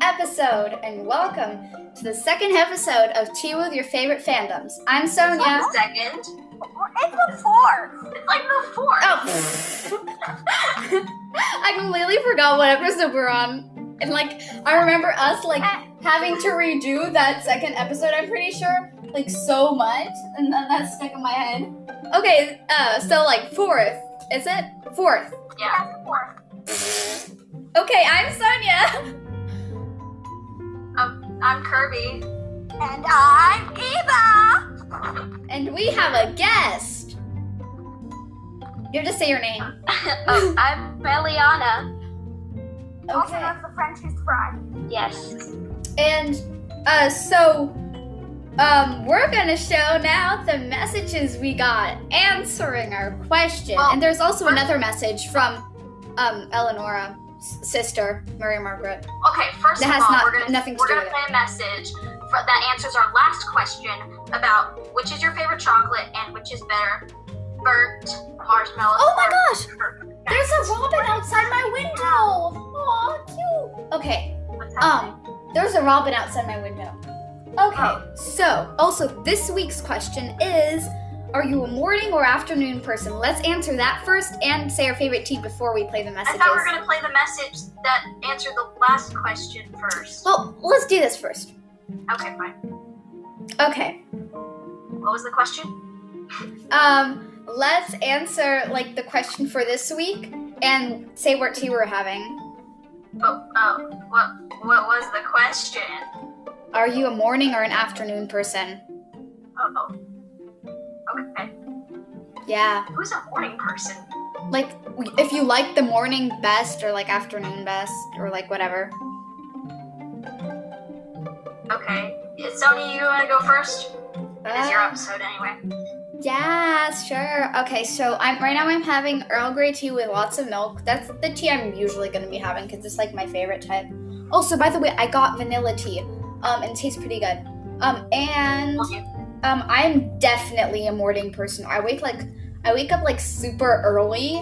episode, and welcome to the second episode of Tea with Your Favorite Fandoms. I'm Sonia. One second. It's the fourth. It's like the fourth. Oh, pfft. I completely forgot what episode we're on. And like, I remember us like having to redo that second episode. I'm pretty sure like so much, and then that stuck in my head. Okay, uh, so like fourth, is it fourth? Yeah. That's the fourth. Okay, I'm Sonia. I'm Kirby. And I'm Eva. And we have a guest. You have to say your name. oh, I'm Meliana. Also known as the French who's fried. Yes. And uh, so um, we're gonna show now the messages we got answering our question. Well, and there's also another message from um, Eleonora, s- sister Mary Margaret. Okay, first That of has all, not- we're gonna nothing to we're do gonna with play a message for, that answers our last question about which is your favorite chocolate and which is better, burnt marshmallow. Oh my gosh! gosh! There's a robin outside my window. Aw, cute. Okay. Um, there's a robin outside my window. Oh. Okay. So, also this week's question is. Are you a morning or afternoon person? Let's answer that first and say our favorite tea before we play the I messages. thought we were gonna play the message that answered the last question first. Well, let's do this first. Okay, fine. Okay. What was the question? Um, let's answer like the question for this week and say what tea we're having. Oh, oh, what what was the question? Are you a morning or an afternoon person? Oh, oh. Okay. Yeah, Who's a morning person? like w- if you like the morning best or like afternoon best or like whatever. Okay. Sony, you wanna go first? It is your Um, episode anyway. yeah, sure. Okay, so I'm right now. I'm having Earl Grey tea with lots of milk. That's the tea I'm usually gonna be having because it's like my favorite type. Also, by the way, I got vanilla tea. Um, and it tastes pretty good. Um, and Okay. Um, I'm definitely a morning person. I wake like I wake up like super early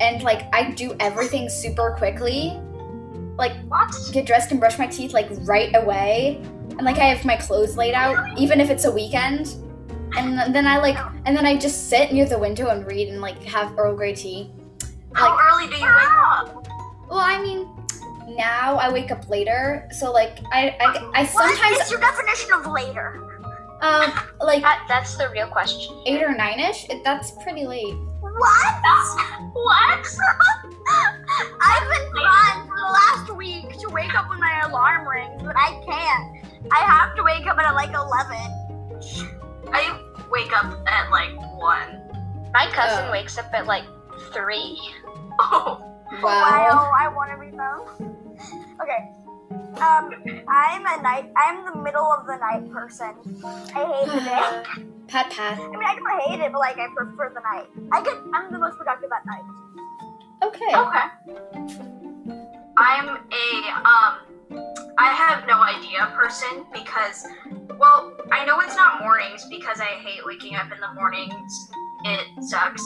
and like I do everything super quickly. Like What? get dressed and brush my teeth like right away. And like I have my clothes laid out, even if it's a weekend. And th- then I like and then I just sit near the window and read and like have Earl Grey tea. How early do you wake up? Well, I mean now I wake up later, so like I I, I What sometimes is your definition of later? um like That, that's the real question. eight or nine ish. That's pretty late. What? What? I've been trying for the last week to wake up when my alarm rings, but I can't. I have to wake up at like 11. I wake up at like one. My cousin Oh. wakes up at like three. Oh, Wow, I want to be them. Okay. Um, I'm a night. I'm the middle of the night person. I hate the day. pat pat. I mean, I don't hate it, but like I prefer the night. I get I'm the most productive at night. Okay. okay. I'm a um, I have no idea person because, well, I know it's not mornings because I hate waking up in the mornings. It sucks.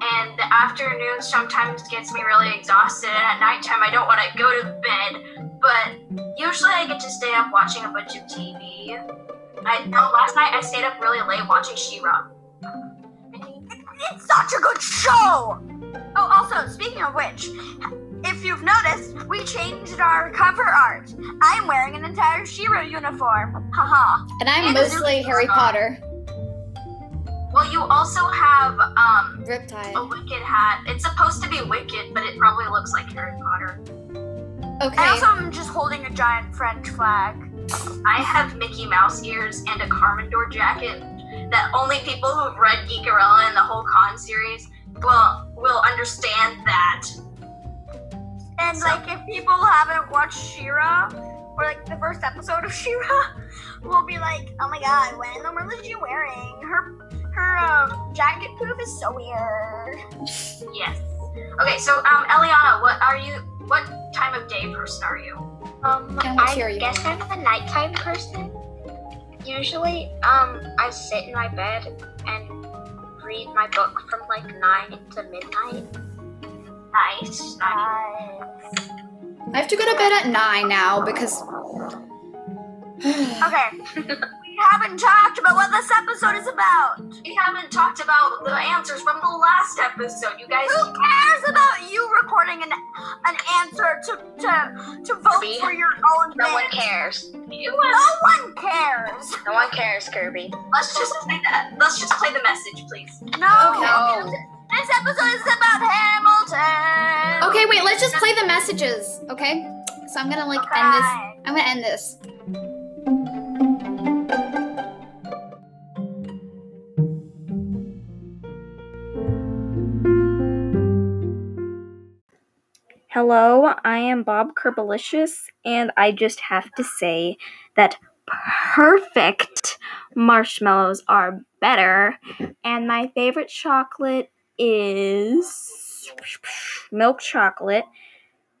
And the afternoon sometimes gets me really exhausted, and at nighttime I don't want to go to bed. But usually I get to stay up watching a bunch of TV. I know last night I stayed up really late watching She-Ra. It's such a good show. Oh, also speaking of which, if you've noticed, we changed our cover art. I'm wearing an entire Shiro uniform. Haha. And I'm And mostly Zuko. Harry Potter. Well, you also have um, a Riptide. wicked hat. It's supposed to be wicked, but it probably looks like Harry Potter. I Okay. also am just holding a giant French flag. I have Mickey Mouse ears and a Carmendor jacket that only people who've read Geekerella and the whole con series will will understand that. And So- like, if people haven't watched Shira or like the first episode of Shira, will be like, oh my god, what in the world is she wearing? Her her um, jacket poof is so weird. Yes. Okay, so um, Eliana, what are you? What time of day person are you? Um, And what I tier are you guess I'm the nighttime person. Usually, um, I sit in my bed and read my book from like nine to midnight. Nice. nice. Nice. I have to go to bed at nine now because. Okay. we haven't talked about what this episode is about. We haven't talked about the answers from the last episode. You guys, Who cares about you recording an an answer to to, to vote Me? for your own No one thing? cares. it was. No one cares. No one cares, Kirby. Let's just play the. Let's just play the message, please. No. No. This episode is about Hamilton. Okay, wait, let's just play the messages, okay? So I'm gonna like end this. I'm gonna end this. Hello, I am Bob Kerbalicious, and I just have to say that perfect marshmallows are better, and my favorite chocolate is milk chocolate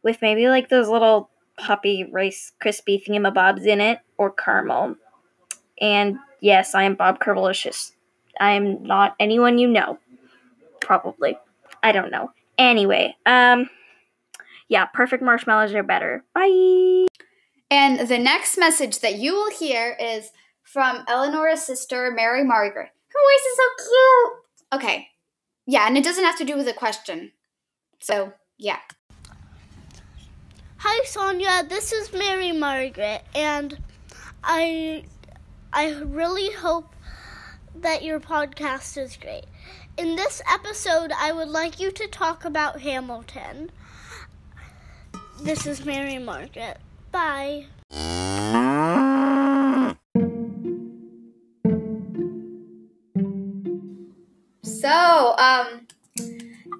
with maybe like those little puppy rice crispy thingamabobs in it or caramel. And yes, I am Bob Kerbalicious. I am not anyone you know, probably. I don't know. Anyway, um yeah, perfect marshmallows are better. Bye. And the next message that you will hear is from Eleanor's sister, Mary Margaret. Her voice is so cute. Okay. Yeah, and it doesn't have to do with a question. So, yeah. Hi Sonia, this is Mary Margaret and I I really hope that your podcast is great. In this episode, I would like you to talk about Hamilton. This is Mary Margaret. Bye. So, um,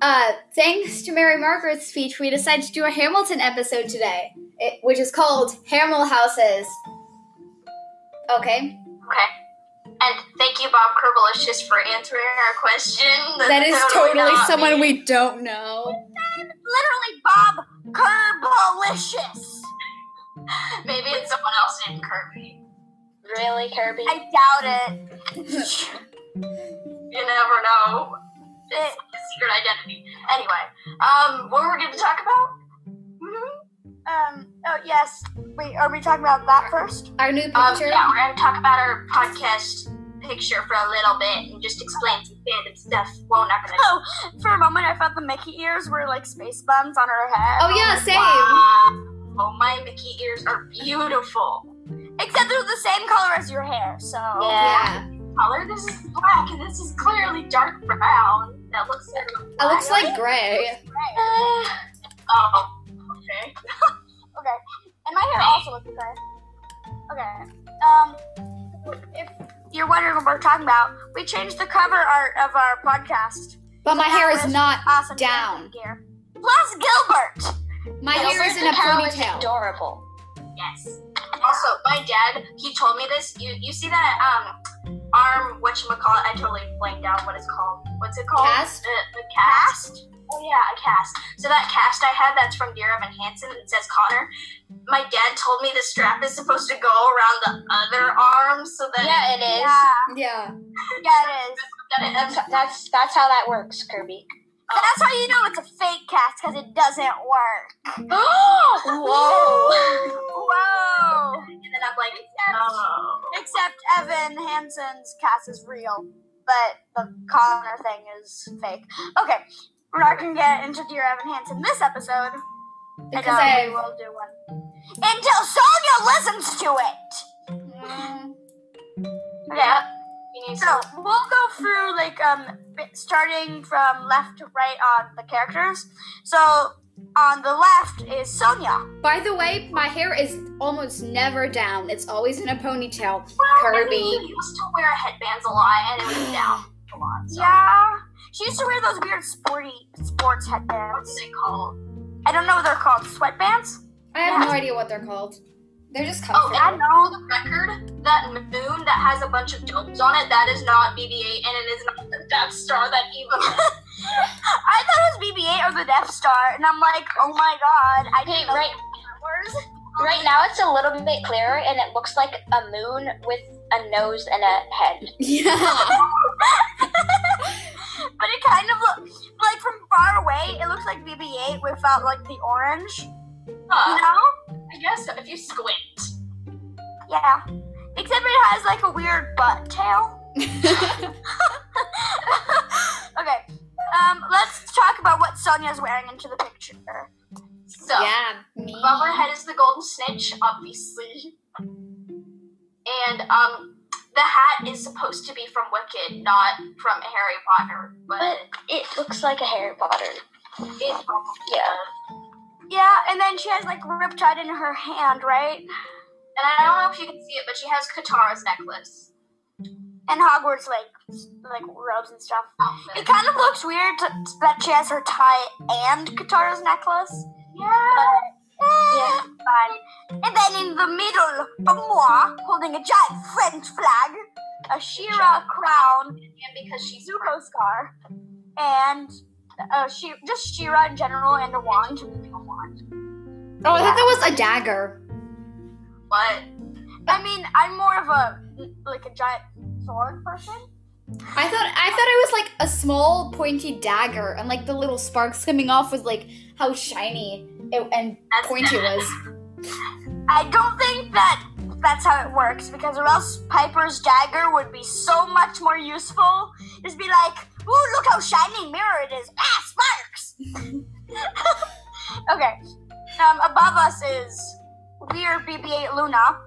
uh, thanks to Mary Margaret's speech, we decided to do a Hamilton episode today, it, which is called Hamel Houses. Okay. Okay. And thank you, Bob Kerbalicious, for answering our question. That's That is totally not someone me. we don't know. Literally, Bob Kerbalicious. Maybe it's someone else named Kirby. Really, Kirby? I doubt it. You never know. Eh, Secret identity. Anyway, um, what were we going to talk about? Mm-hmm. Um. Oh yes. Wait. Are we talking about that first? Our new Um, picture. yeah, we're going to talk about our podcast picture for a little bit and just explain some fandom stuff. Well, not going to. Oh, for a moment I thought the Mickey ears were like space buns on her head. Oh, yeah, same. Wow. Oh, my Mickey ears are beautiful. Except they're the same color as your hair. So. Yeah. Color. This is black, and this is clearly dark brown. That looks like. It looks like gray. Oh. Okay. Uh, And my hair also looks good. Okay. Um, if you're wondering what we're talking about, we changed the cover art of our podcast. But my hair is not. Awesome Down. gear. Plus Gilbert. My Gilbert hair is in a the Cow is ponytail. adorable. Yes. Also, my dad, he told me this. You you see that um arm whatchamacallit, I totally blanked out what it's called. What's it called? Cast? The, the cast? Oh yeah, a cast. So that cast I had that's from Dear Evan Hansen it says Connor. My dad told me the strap is supposed to go around the other arm so that Yeah, it is. Yeah. Yeah. Yeah, it is. that it- That's that's that's how that works, Kirby. And that's how you know it's a fake cast because it doesn't work. Whoa! Whoa. and then I'm like, oh. Except Evan Hansen's cast is real, but the Connor thing is fake. Okay, we're not gonna get into Dear Evan Hansen this episode. Because I I. know we will do one until Sonia listens to it. Mm, Yeah. You need So we'll go through like um b- starting from left to right on the characters. So on the left is Sonia. By the way, my hair is almost never down. It's always in a ponytail. Well, I mean, Kirby. You used to wear headbands a lot and it was down a lot. So Yeah, she used to wear those weird sporty what's sports headbands. it called? I don't know what they're called. Sweatbands. I have no idea what they're called. They're just Oh, comfort. that all the record, that moon that has a bunch of domes on it, that is not BB-8, and it is not the Death Star that even. I thought it was BB-8 or the Death Star, and I'm like, oh my god, I Hey, didn't know right powers. right now it's a little bit clearer, and it looks like a moon with a nose and a head. Yeah. But it kind of look like from far away, it looks like BB-8 without like the orange. Huh, No? I guess so, if you squint. Yeah. Except it has like a weird butt tail. okay. Um, let's talk about what Sonia's wearing into the picture. So, yeah, me. above her head is the golden snitch, obviously. And um, the hat is supposed to be from Wicked, not from Harry Potter, but, But it looks like a Harry Potter. it probably Yeah. does. Yeah, and then she has like Riptide in her hand, right? And I don't know if you can see it, but she has Katara's necklace. And Hogwarts like s- like robes and stuff. It Outfit. kind of looks weird to, that she has her tie and Katara's necklace. Yeah. Yeah, fine. And then in the middle, a moi holding a giant French flag, a Shira crown, And because she's Zuko scar, and uh, she just Shira in general and a wand. Oh, I thought that was a dagger. what? I mean, I'm more of a like a giant sword person. I thought I thought it was like a small pointy dagger, and like the little sparks coming off was like how shiny it, and That's pointy it was. I don't think that that's how it works because, or else Piper's dagger would be so much more useful. Just be like, "Ooh, look how shiny mirror it is! Ah, sparks!" okay. Um, above us is weird BB-8 Luna.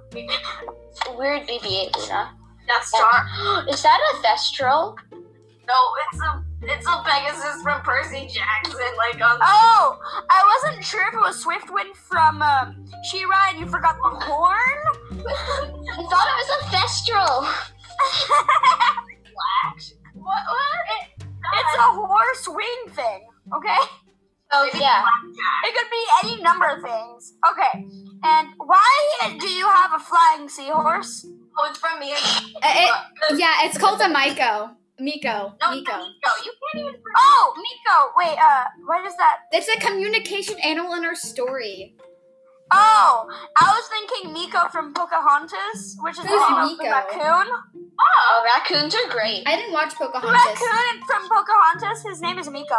Weird BB-8, Luna. Death Star. Is that a Thestral? No, it's a it's a Pegasus from Percy Jackson. Like on Oh, I wasn't sure if it was Swiftwind from um, She-Ra, and you forgot the horn. I thought it was a Thestral. Flash. What? What? It's a horse wing thing. Okay. Oh, yeah. It could be any number of things. Okay. And why do you have a flying seahorse? Oh, it's from me. Uh, it- yeah, it's called a Miko. Miko. No, Miko. No, you can't even. Oh, Miko. Wait, uh, what is that? It's a communication animal in our story. Oh, I was thinking Miko from Pocahontas, which is Who's Miko Miko? the raccoon. Oh, raccoons are great. I didn't watch The Pocahontas. raccoon from Pocahontas, his name is Miko.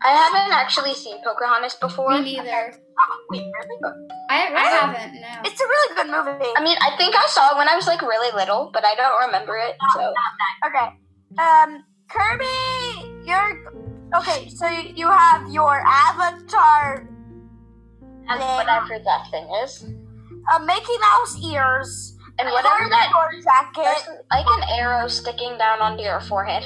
I haven't actually seen Pocahontas before. Me neither. Oh, wait, really? I, I haven't. No. It's a really good movie. I mean, I think I saw it when I was like really little, but I don't remember it. So Okay. Um, Kirby, you're. Okay, so you have your avatar that's whatever that thing is, uh, Mickey Mouse ears, and whatever that hardcore jacket. there's like an arrow sticking down onto your forehead.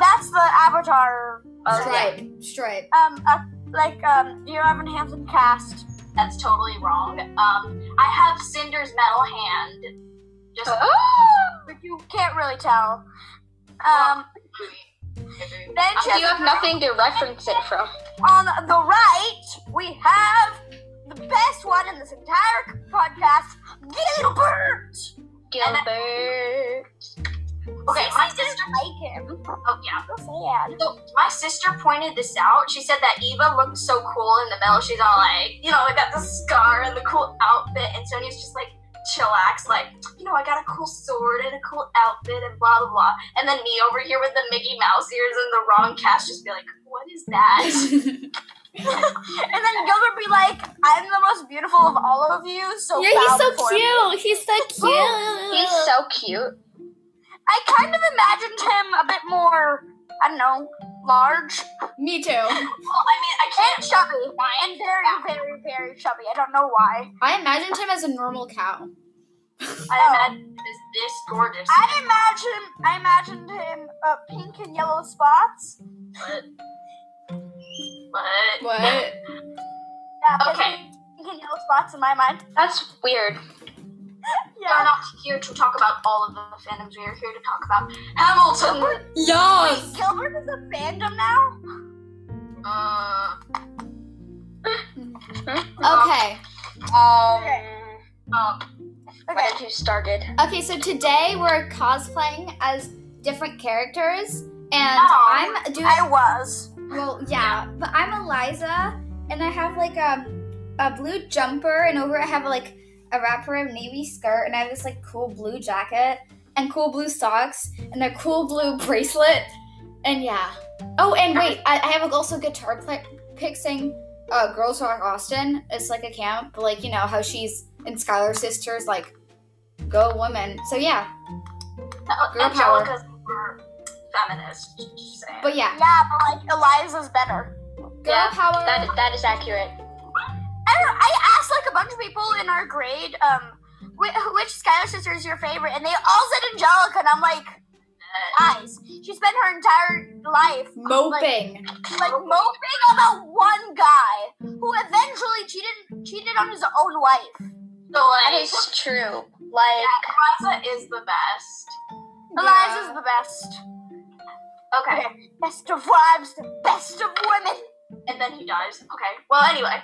That's the avatar. Oh, yeah. Stripe. Stripe. Um, uh, like um, you have Hansen cast. That's totally wrong. Um, I have Cinder's metal hand. Just But you can't really tell. Um, then she You have nothing to reference it from. on the right. We have the best one in this entire podcast, Gilbert. Gilbert. Okay, my sister. Like him. Oh yeah. So sad. So my sister pointed this out. She said that Eva looked so cool in the middle. She's all like, you know, I got the scar and the cool outfit, and Sonia's just like chillax, like, you know, I got a cool sword and a cool outfit and blah blah blah. And then me over here with the Mickey Mouse ears and the wrong cast, just be like, what is that? And then Gilbert be like, "I'm the most beautiful of all of you." So yeah, he's proud so for me." cute. He's so cute. He's so cute. I kind of imagined him a bit more. I don't know, large Me too. well, I mean, I can't. and chubby, and very, very, very chubby. I don't know why. I imagined him as a normal cow. I Oh. imagine is this gorgeous. I imagine I imagined him uh, pink and yellow spots. But What? Yeah, but okay, Pink and yellow spots in my mind. That's weird. we're Yeah. not here to talk about all of the fandoms. We are here to talk about Hamilton. Yes. Gilbert is a fandom now. Uh, Okay. Um, um, why Okay. did you started? Okay, so today we're cosplaying as different characters, and Oh. I'm doing. I was. Well, yeah, but I'm Eliza, and I have like a a blue jumper, and over it I have like a wrapper of navy skirt, and I have this like cool blue jacket and cool blue socks and a cool blue bracelet, and yeah. Oh, and wait, I, I have also guitar pl- pick saying uh, Girls Rock Austin. It's like a camp, like you know how she's and Skylar's sisters, like go woman. So yeah, Uh, Girl power. Angelica's more feminist. Just saying. but yeah, Yeah, but like Eliza's better. girl Yeah, power. That that is accurate. I, don't- I asked like a bunch of people in our grade, um, wh- which Skylar sister is your favorite, and they all said Angelica, and I'm like, guys, she spent her entire life moping. like moping about one guy who eventually cheated cheated on his own wife. so like, That is true. Like Eliza is the best. Eliza's the best. Okay. Best of wives, the best of women. and then he dies. Okay. Well, anyway,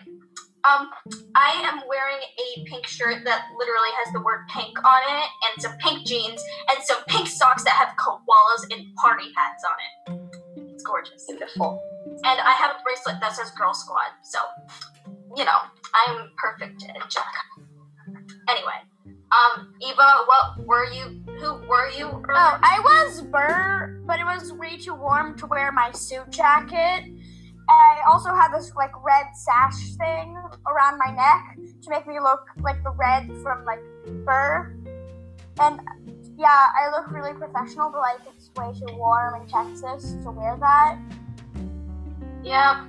um, I am wearing a pink shirt that literally has the word pink on it, and some pink jeans, and some pink socks that have koalas and party hats on it. It's gorgeous. Beautiful. And I have a bracelet that says Girl Squad, so you know I'm perfect at Jack. Anyway, um, Eva, what were you? Who were you? Oh, earlier? I was burr, but it was way too warm to wear my suit jacket. I also had this like red sash thing around my neck to make me look like the red from like burr. And yeah, I look really professional, but like it's way too warm in Texas to wear that. Yeah,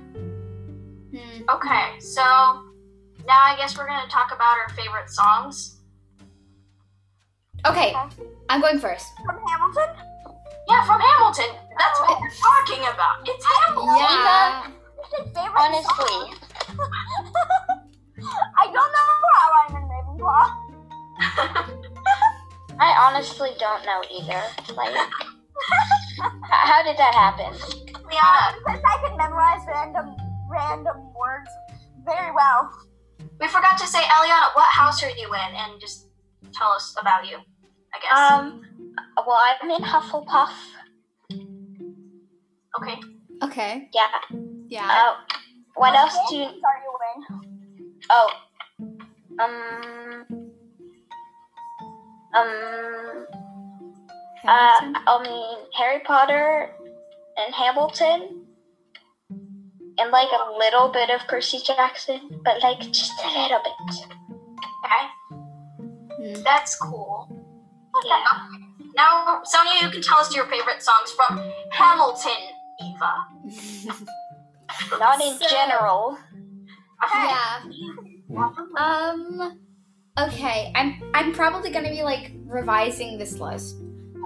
Hmm. Okay, so now I guess we're gonna talk about our favorite songs. Okay, I'm going first. From Hamilton? Oh. Yeah, from Hamilton. That's what we're talking about. It's Hamilton. Yeah. It's his favorite song. honestly, I don't know how I'm in Ravenclaw. I honestly don't know either. Like h- how did that happen? Yeah, Um, Because I can memorize random random words very well. we forgot to say, Eliana, what house are you in? And just tell us about you, I guess. Um well I'm in Hufflepuff. okay. Okay. Yeah. Yeah. Oh. What else do you Sorry, Wayne. Oh. Um. Um. Uh, Hamilton. I mean, Harry Potter and Hamilton. And like a little bit of Percy Jackson, but like just a little bit. Okay. Hmm. That's cool. Yeah. Now, Sonia, you can tell us your favorite songs from Hamilton, Eva. Not in So- general. Okay. yeah. Um. Okay, I'm I'm probably gonna be like revising this list.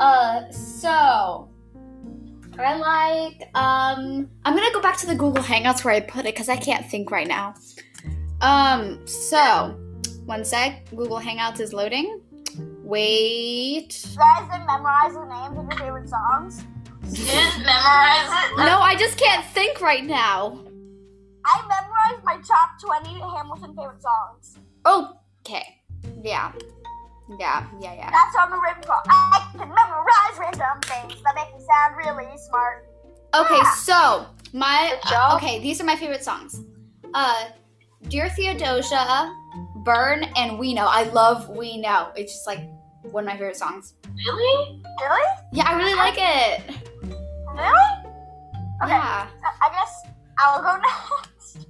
Uh, so I like um I'm gonna go back to the Google Hangouts where I put it because I can't think right now. Um, so one sec, Google Hangouts is loading. Wait. You guys didn't memorize the names of your favorite songs. Just memorize it. No, I just can't think right now. I memorized my top 20 Hamilton favorite songs. Okay. Yeah. Yeah. Yeah. Yeah. That's on the Ravenclaw. I can memorize random things that make me sound really smart. Okay, so my Good job. okay, these are my favorite songs. Uh, Dear Theodosia, Burn, and We Know. I love We Know. It's just like one of my favorite songs. Really? Really? Yeah, I really like it. Really? Okay. Yeah, I- I guess I'll go next.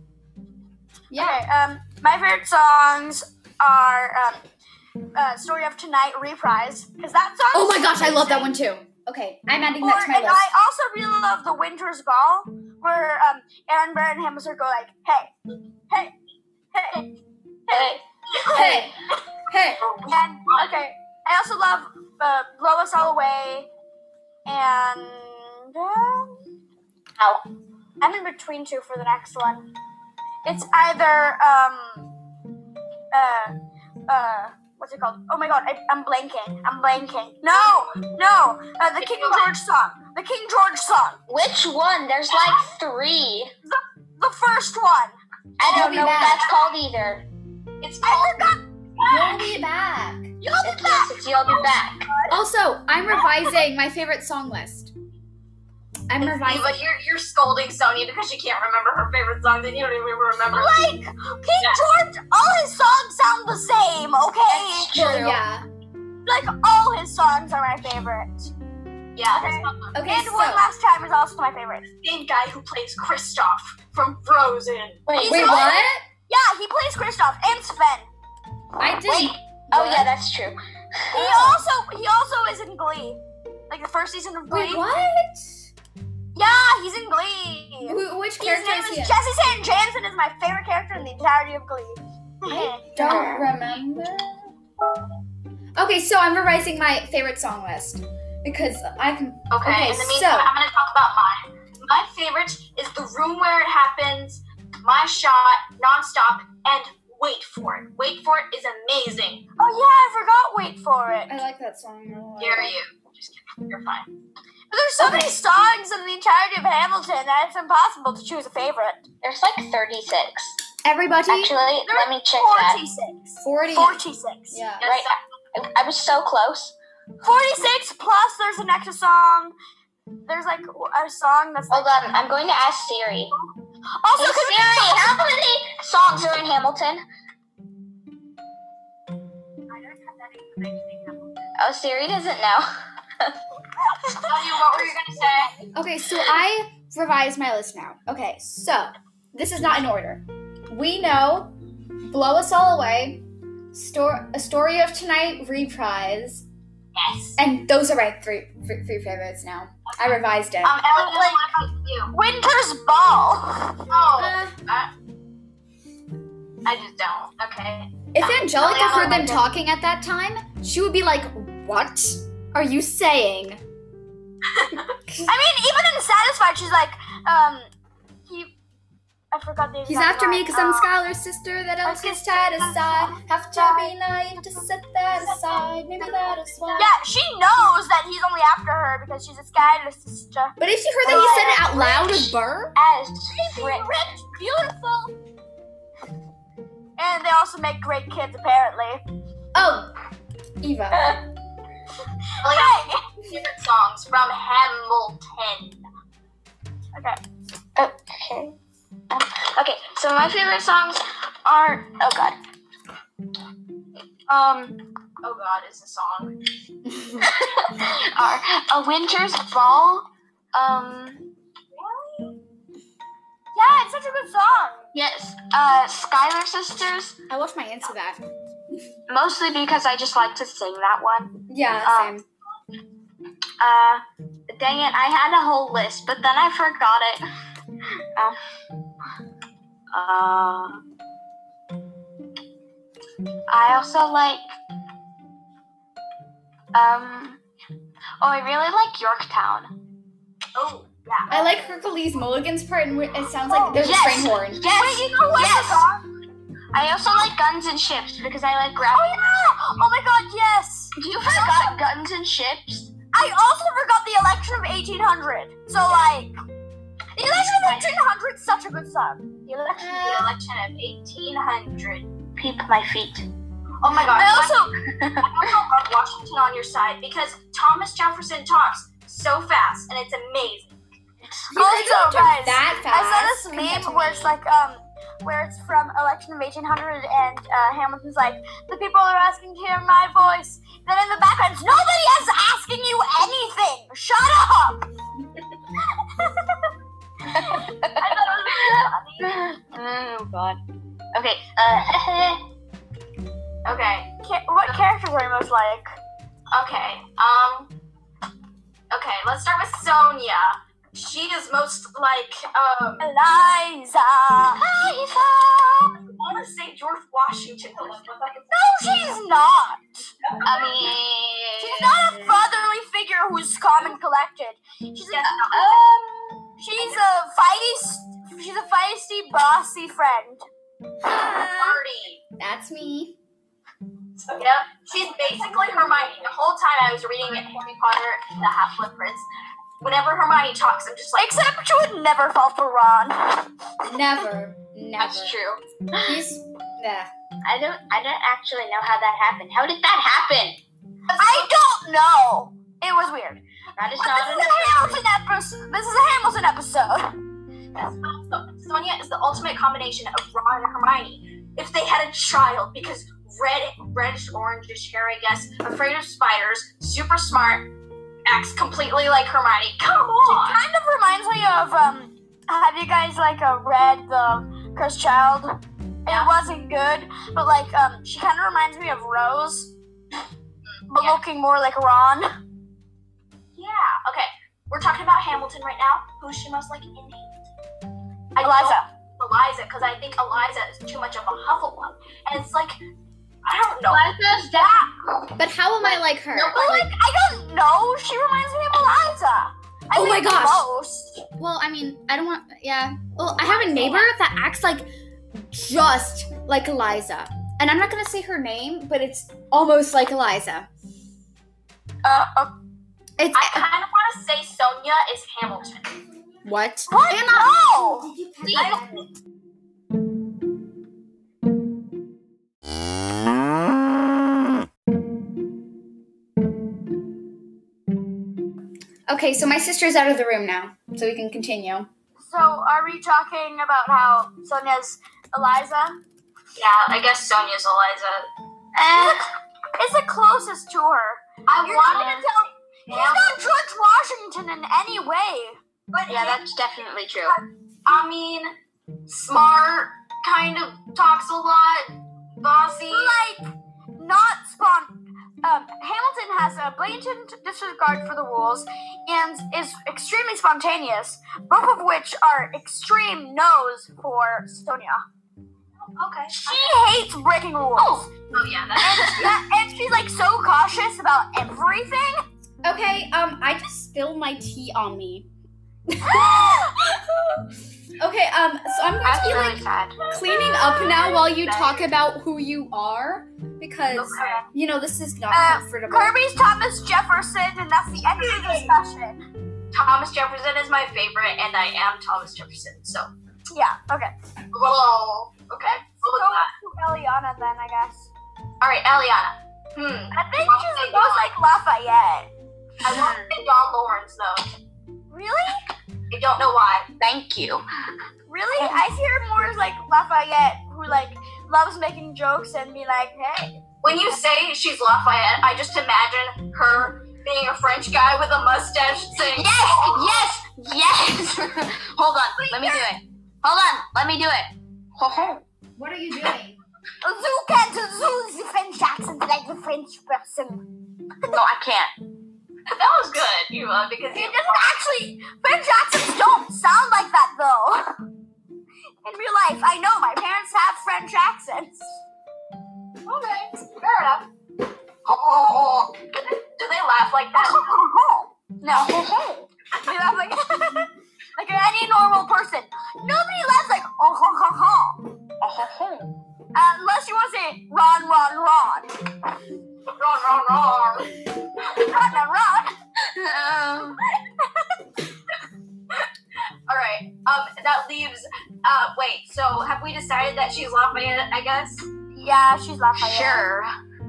yeah. Okay, um, my favorite songs are um, uh, Story of Tonight Reprise. Because that song Oh is my gosh, I love that amazing. one too. Okay, I'm adding Or, that to my and list. I also really love the Winter's Ball, where um, Aaron Burr and Hamilton go like, "Hey, hey, hey, hey, hey." Hey, hey. And okay, I also love uh, "Blow Us All Away," and um, Ow. I'm in between two for the next one. It's either um, uh, uh, what's it called? Oh my god, I, I'm blanking. I'm blanking. No, no, uh, the King George song. The King George song. Which one? There's like three. The first one. I You'll don't be know what back. that's called either. It's I called forgot. You'll be back. You'll It's, be back. Oh, yes, it's You'll Be Back. Also, I'm revising my favorite song list. I'm revising. Eva, you're, you're scolding Sonia because she can't remember her favorite songs and you don't even remember. Like King George, all his songs sound the same. Okay. It's true. Oh, Yeah. Like all his songs are my favorite. Yeah, his mama. Okay, And so One Last Time is also my favorite. Same guy who plays Kristoff from Frozen. Wait, wait, what? Yeah, he plays Kristoff and Sven. I did. Wait. Oh yeah, that's true. He also he also is in Glee, like the first season of Glee. Wait, what? Yeah, he's in Glee. Who, which His character name is is he? in? Jesse St. Jansen. Is my favorite character in the entirety of Glee. Don't remember. Okay, so I'm revising my favorite song list because I can. Okay, Okay, in the meantime, so- I'm gonna talk about mine. My favorite is The Room Where It Happens, My Shot, Nonstop, and Wait For It. Wait For It is amazing. Oh yeah, I forgot. Wait for it. I like that song. a lot. Dare you. Just kidding, you're fine. But there's so many songs in the entirety of Hamilton that it's impossible to choose a favorite. There's like 36. Everybody, Actually, let me check that. Forty-six. 40. Forty-six. Yeah. Yes, Right. I, I was so close. 46 plus there's an extra song. There's like a song that's Hold like, on, I'm going to ask Siri. also Hey could we- Siri, how many songs are in Hamilton? Oh, Siri doesn't know. tell you what were you gonna say? Okay, so I revised my list now. Okay, so this is not in order. We know Blow Us All Away, Stor- A Story of Tonight reprise, Yes. and those are my three, three, three favorites now. I revised it. Um, Ellen, what about you? Winter's Ball. No, Uh, I just don't. Okay. If Angelica Eliana heard them London. talking at that time, she would be like, What are you saying? I mean, even in Satisfied, she's like, um, he. I forgot the He's exact after me line. because I'm Uh, Skylar's sister. That else is tied aside. Have to be naive to set that aside. Maybe that is why. Yeah, she knows that he's only after her because she's a Skylar's sister. But if she heard that he said it Oh, out loud with Burr, As Rich, beautiful. And they also make great kids, apparently. oh, Eva. Eliana, what are your favorite songs from Hamilton. okay. Um, okay, so my favorite songs are oh god. Um Oh God, is a song. Uh. are A Winter's Ball. Um Yeah, it's such a good song. yes, uh Skylar Sisters, I watched my answer that. mostly because I just like to sing that one. Yeah, Um, same. Uh dang it, I had a whole list, but then I forgot it. Um uh, I also like um oh I really like Yorktown. Oh yeah. I like Hercules Mulligan's part, and it sounds like there's yes. a train horn. Yes. Wait, you know what? Yes. song? I also like Guns and Ships because I like graphic. Oh yeah! Oh my god, yes! You forgot Guns and Ships? I also forgot the election of 1800. So like, the election of 1800 is such a good song. The election, the election of 1800. Peep my feet. Oh my god. I also, I also love Washington on your side because Thomas Jefferson talks so fast and it's amazing. You also, couldn't talk guys, that I saw fast. this compared to meme where me. it's like um, where it's from election of 1800 and uh, Hamilton's like, the people are asking to hear my voice. Then in the background, it's, nobody is asking you anything. Shut up. I thought it was really funny. Oh god. Okay. Uh, Okay, Ca- what character were you most like? okay. Um Okay, let's start with Sonia. She is most like um Eliza. Eliza. I wanna say George Washington. but it's not like it's- No, she's not. I mean. She's not a fatherly figure who's calm and collected. She's a, Um. she's a feist, she's a feisty, bossy friend. Hmm. Party. That's me. Yep. She's basically Hermione. The whole time I was reading Harry Potter and the Half-Blood Prince, whenever Hermione talks, I'm just like Except she would never fall for Ron. Never. Never. That's true. He's. Nah. I don't. I don't actually know how that happened. How did that happen? I don't know. It was weird. That is But not. this is a Hamilton episode. This is a Hamilton episode. Sonia is the ultimate combination of Ron and Hermione. If they had a child, because red, reddish, orangish hair, I guess, afraid of spiders, super smart, acts completely like Hermione. Come on! Kind of reminds me of um. Have you guys like uh, read the Cursed Child? It wasn't good, but like um, she kind of reminds me of Rose, but yeah. looking more like Ron. Yeah. Okay. We're talking about Hamilton right now. Who's she most like in Hamilton? I don't Eliza. know Eliza, because I think Eliza is too much of a Hufflepuff, and it's like I don't know. Eliza's Yeah. But how am I like her? No, but like I don't know. She reminds me of Eliza. I Oh my think gosh. Most. Well, I mean, I don't want. Yeah. Well, I have a neighbor that acts like just like Eliza, and I'm not gonna say her name, but it's almost like Eliza. Uh, uh, It's I kind of want to say Sonia is Hamilton. what? what? No. Okay, so my sister's out of the room now, so we can continue. So are we talking about how Sonia's Eliza? Yeah, I guess Sonia's Eliza. And Eh, it's the closest to her. I You're not want gonna tell. He's not George Washington in any way. But Yeah, that's definitely true. I mean, smart, kind of talks a lot, bossy. like not spawn. Um, Hamilton has a blatant disregard for the rules and is extremely spontaneous, both of which are extreme no's for Sonia. Okay. She hates breaking rules. Oh yeah, that's That- and she's like so cautious about everything. Okay, um, I just spilled my tea on me. okay, um, so I'm going to That's be really like sad. cleaning up now while you talk about who you are, because you know this is not Uh, comfortable. Kirby's Thomas Jefferson, and that's the end of the discussion. Thomas Jefferson is my favorite, and I am Thomas Jefferson. So, Yeah, okay. whoa. Okay. So Look at that. to Eliana then, I guess. All right, Eliana. Hmm. I think she's the most like Lafayette. I want to say John Lawrence though. Really? I don't know why. Thank you. Really? I see her more as like Lafayette, who like loves making jokes and be like, hey. When you say she's Lafayette, I just imagine her being a French guy with a mustache saying, Yes, yes, yes. Hold on, let me do it. Hold on, let me do it. Ho, ho. What are you doing? You can't do the French accent like the French person. No, I can't. That was good, Eva, because It doesn't actually. French accents don't sound like that though. In real life, I know my parents have French accents. Okay, fair enough. Oh, do they laugh like that? no, they laugh like like any normal person. Nobody laughs like oh ho ho ho. Oh, ho, ho. Uh, Unless you want to say Ron Ron Ron. Wrong, wrong, wrong. Ron Ron Ron. Um, All right. Um, that leaves. Uh, wait. So have we decided that she's Lafayette? I guess. Yeah, she's Lafayette. sure.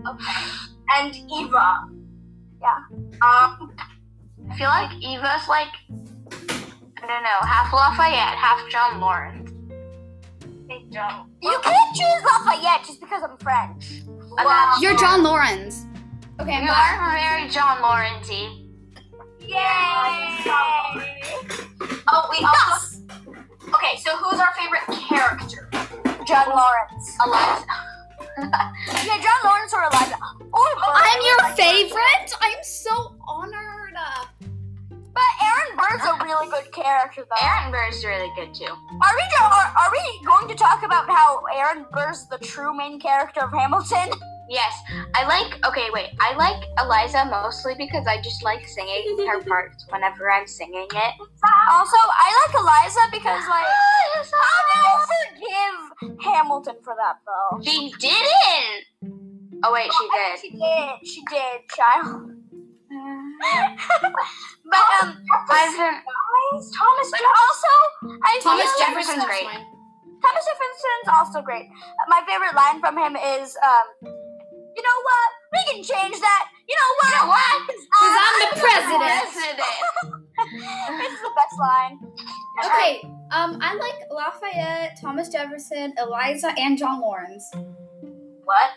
Okay. And Eva. Yeah. Um. I feel like Eva's like, I don't know, half Lafayette, half John Lawrence. Hey, Joe. You can't choose Lafayette just because I'm French. Wow. You're John Lawrence. Okay, I'm You back. are very John Lawrence Yay! Oh, we also. Okay. So who's our favorite character? John Lawrence. Eliza. Yeah, John Lawrence or Eliza. Or Burr. I'm your favorite. I'm so honored. But Aaron Burr's a really good character, though. Aaron Burr is really good too. Are we go- are, are we going to talk about how Aaron Burr's the true main character of Hamilton? Yes, I like. Okay, wait. I like Eliza mostly because I just like singing her parts whenever I'm singing it. Also, I like Eliza because like how do you forgive Hamilton for that though? She didn't. Oh wait, she did. She did. She did, child. but um, I've been. Thomas. But also, I Thomas feel like- Jefferson's great. mine. Thomas Jefferson's also great. My favorite line from him is, um, you know what? We can change that. You know what? uh, You know what? 'Cause Because I'm the president. it's the best line. Okay, um, I like Lafayette, Thomas Jefferson, Eliza, and John Lawrence. What?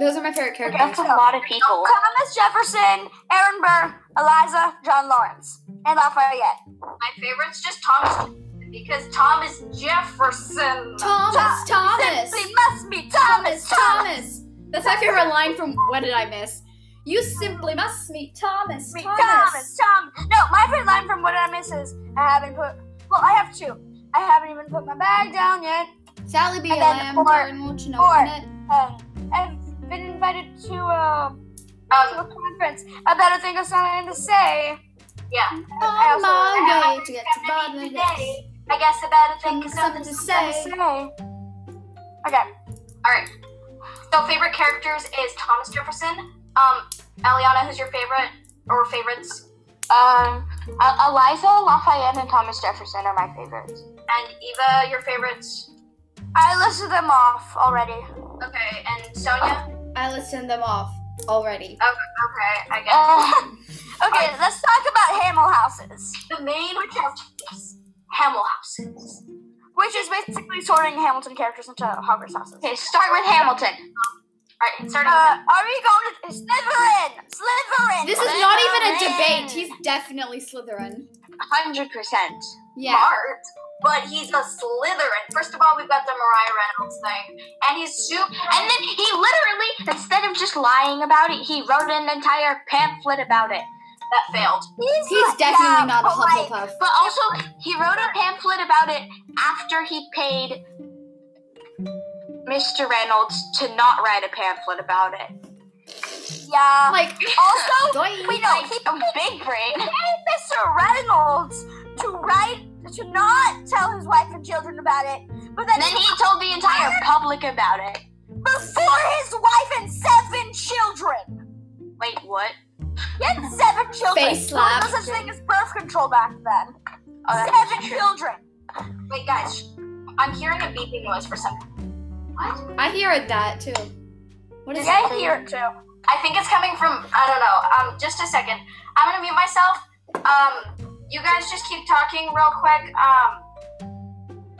Those are my favorite That's a characters. lot of people. Thomas Jefferson, Aaron Burr, Eliza, John Lawrence, and Lafayette. My favorite's just Thomas because Thomas Jefferson. Thomas, Thomas, Simply must be Thomas, Thomas, Thomas. That's my favorite line from What Did I Miss? You simply must meet Thomas, Thomas, Thomas. Thomas, Tom. No, my favorite line from What Did I Miss is I haven't put. Well, I have two. I haven't even put my bag down yet. Sally be a And then lamb, four- darn, won't you know four. it? Um, I've been invited to a, to Um, a conference. I better think of something to say. yeah. On I also- my I way to get to have Bodley. nothing today. I guess I better think of Something something to to say. say. Say. Okay. All right. So favorite characters is Thomas Jefferson. Um, Eliana, who's your favorite or favorites? Um, E- Eliza, Lafayette, and Thomas Jefferson are my favorites. And Eva, your favorites? I listed them off already. Okay. And Sonia. I listed them off already. Okay. I guess. Oh. okay, let's talk about Hamel houses, the main characters. Hamel Houses. which is basically sorting Hamilton characters into Hogwarts houses. Okay, start with Hamilton. All right. Starting. Uh, are we going to Slytherin? Slytherin. This is not even a debate. He's definitely Slytherin. 100%. Yeah. Bart, but he's a Slytherin. First of all, we've got the Mariah Reynolds thing, and he's super. And then he literally, instead of just lying about it, he wrote an entire pamphlet about it. That failed. He's definitely not a Hufflepuff. But also, he wrote a pamphlet about it after he paid Mr. Reynolds to not write a pamphlet about it. Yeah. Like, Also, doy. we know he A big brain. paid Mr. Reynolds to write to not tell his wife and children about it, but then, And then he told the entire public about it. before his wife and seven children. Wait, what? He had seven children. Face There was slap. no such thing as birth control back then. Oh, that's seven children. Wait, guys, sh- I'm hearing a beeping noise for something. What? I hear it that too. What is Yeah, I hear it too. I think it's coming from. I don't know. Um, just a second. I'm gonna mute myself. Um, you guys just keep talking real quick. Um,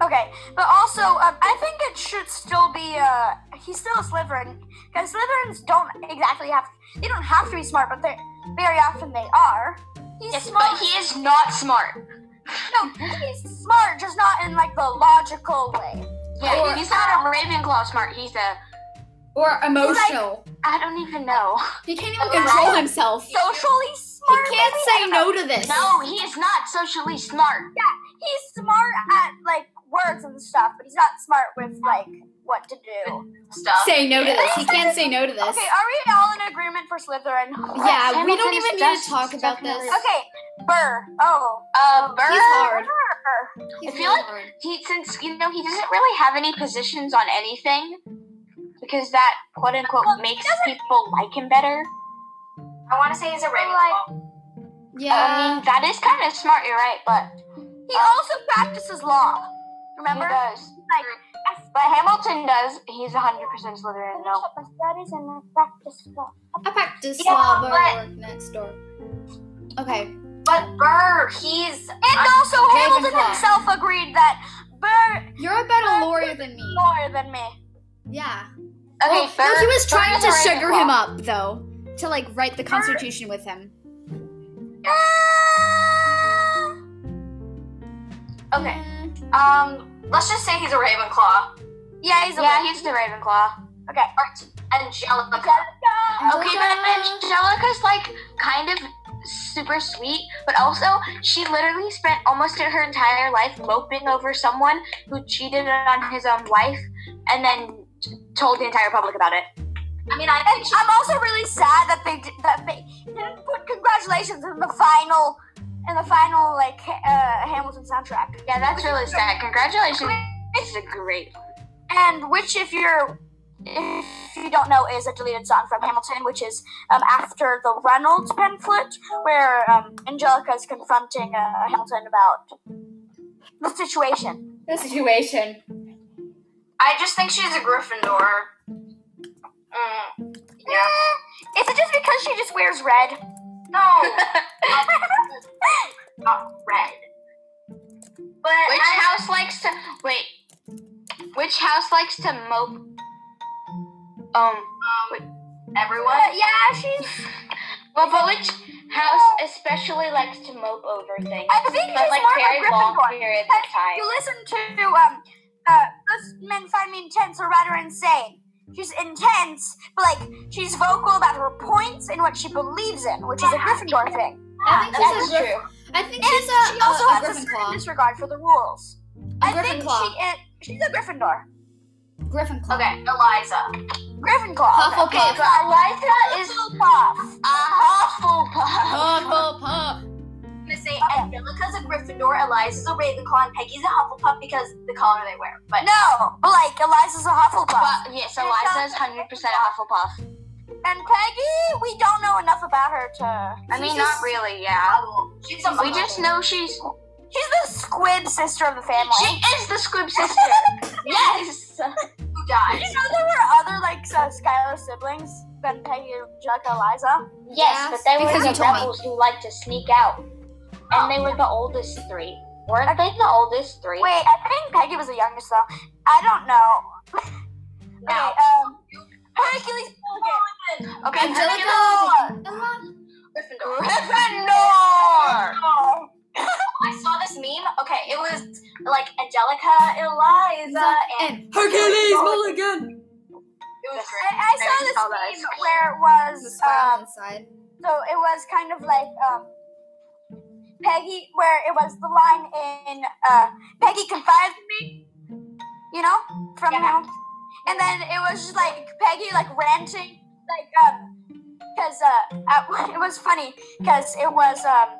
Okay, but also, um, I think it should still be. Uh, he's still a Slytherin because Slytherins don't exactly have. They don't have to be smart, but they very often they are. He's Yes, smart. but he is not smart. no, he's smart, just not in like the logical way. uh, Yeah, Or- he's not a Ravenclaw smart. He's a Or emotional. I don't even know. He can't even control himself. He Socially smart. can't maybe? I say don't no know. to this. No, he is not socially smart. He's smart at like words and stuff, but he's not smart with like what to do. stuff. Say no to this. He can't say no to this. Okay, are we all in agreement for Slytherin? Yeah, we don't Hamilton is even need to just- talk about this. definitely- Okay, Burr. Oh, Uh, Burr. He's hard. Burr. He's I feel like- hard. He since you know he doesn't really have any positions on anything because that quote unquote makes people like him better. I want to say he's a Ravenclaw. I Yeah. mean that is kind of smart. You're right, but um, He also practices law. Remember? he does. like, But Hamilton does. He's 100 percent Slytherin. No, I practice Yeah, law, but I but- work next door. Okay. But Burr, he's And also, Hamilton Ravenclaw. himself agreed that Burr You're a better lawyer than me. more than me. Yeah. okay. Well, no, he was Burr trying is to a sugar Ravenclaw. him up, though, to like write the Constitution with him. okay. Um, let's just say he's a Ravenclaw. Yeah, he's a Yeah, he's the Ravenclaw. okay. Angelica. Okay, but Angelica's like kind of super sweet, but also she literally spent almost her entire life moping over someone who cheated on his own wife and then t- told the entire public about it. I mean, I And think I'm also really sad that they did, that they didn't put congratulations in the final in the final like ha- uh, Hamilton soundtrack. Yeah, that's really sad. Congratulations. This is a great one. And which, if you're if you don't know, is a deleted song from Hamilton, which is um, after the Reynolds pamphlet, where um, Angelica is confronting uh, Hamilton about the situation. The situation. I just think she's a Gryffindor. Mm, yeah. Eh, Is it just because she just wears red? No. Not red. But Which I, house likes to wait? Which house likes to mope um Everyone? yeah, she's. Well, but which house especially likes to mope over things? I think But she's like more of very a long Gryffindor. periods of time. You listen to um uh those men find me intense or rather insane. She's intense, but like she's vocal about her points and what she believes in, which is a Gryffindor thing. I think That is she's a Gryff- true. I think And she's a, she also a, a has Uh, a certain Gryffindor. disregard for the rules. A I think she Gryffindor. is, she's a Gryffindor. Gryffindor. Okay, Eliza. Gryffindor. Hufflepuff. Okay, but Eliza is Hufflepuff. a Hufflepuff. Hufflepuff. I'm gonna say Angelica's a Gryffindor, Eliza's a Ravenclaw, and Peggy's a Hufflepuff because the color they wear. But No, but like Eliza's a Hufflepuff. But yes, Eliza is hundred percent a Hufflepuff. And Peggy, we don't know enough about her to. I mean, not really. Yeah, no, she's a we just know she's She's the squib sister of the family. she is the Squib sister. yes. who died. You know there were other like uh, Skylar siblings than Peggy, Angelica, Eliza. Yes, but they were because you the told me. rebels who liked to sneak out, and they were the oldest three. Weren't they the oldest three? Wait, I think Peggy was the youngest though. I don't know. No. okay, um, Hercules. Okay. Okay, Angelica. Gryffindor. Gryffindor. Oh. I saw this meme. Okay, it was like Angelica, Eliza, and And Hercules Mulligan. it was I, great. I I saw this saw that meme expression. where it was um, inside. so it was kind of like um, Peggy, where it was the line in uh, Peggy confided in me, you know, from Yeah. him, and then it was just like Peggy like ranting, like um, because uh, at, it was funny because it was um,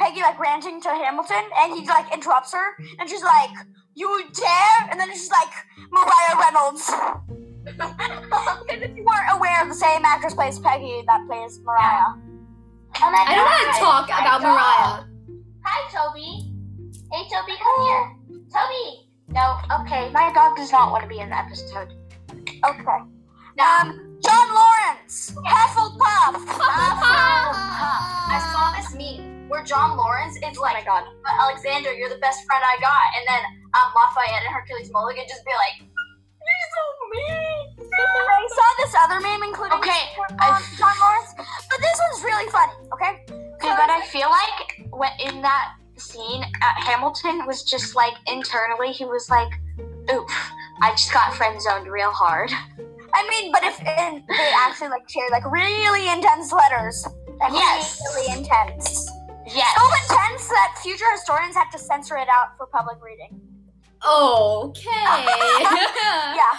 Peggy like ranting to Hamilton, and he like interrupts her, and she's like, "You dare!" and then she's like, "Mariah Reynolds." Because if you weren't aware, the same actress plays Peggy that plays Mariah. And then I don't want to talk about Mariah. Hi, Toby. Hey, Toby, come Oh. here. Toby. No, okay. My dog does not want to be in the episode. Okay. Um, John Lawrence, Hufflepuff. I saw this meme where John Lawrence Oh is like, "But Alexander, you're the best friend I got. And then um, Lafayette and Hercules Mulligan just be like, I saw this other meme including Okay, John, I- John Lawrence, but this one's really funny. Okay. Okay, but I feel like when in that scene, uh, Hamilton was just like internally, he was like, "Oof, I just got friend zoned real hard." I mean, but if in, they actually like share like really intense letters, like Yes. really intense, Yes. so intense that future historians have to censor it out for public reading. Okay. Yeah.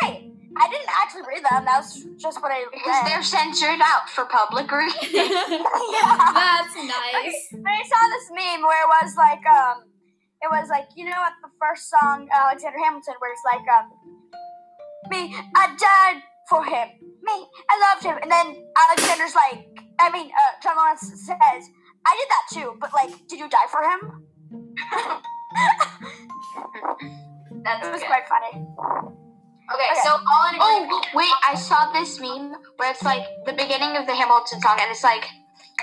Hey, I didn't actually read them. That was just what I Because read. they're censored out for public reading. yeah. That's nice. And I saw this meme where it was like, um, it was like you know at the first song uh, Alexander Hamilton where it's like, um, me I died for him. Me I loved him. And then Alexander's like, I mean uh, John Lawrence says, I did that too, but like, did you die for him? that's It was good. quite funny. Okay, Okay. so all in Oh, wait, I saw this meme where it's like the beginning of the Hamilton song and it's like,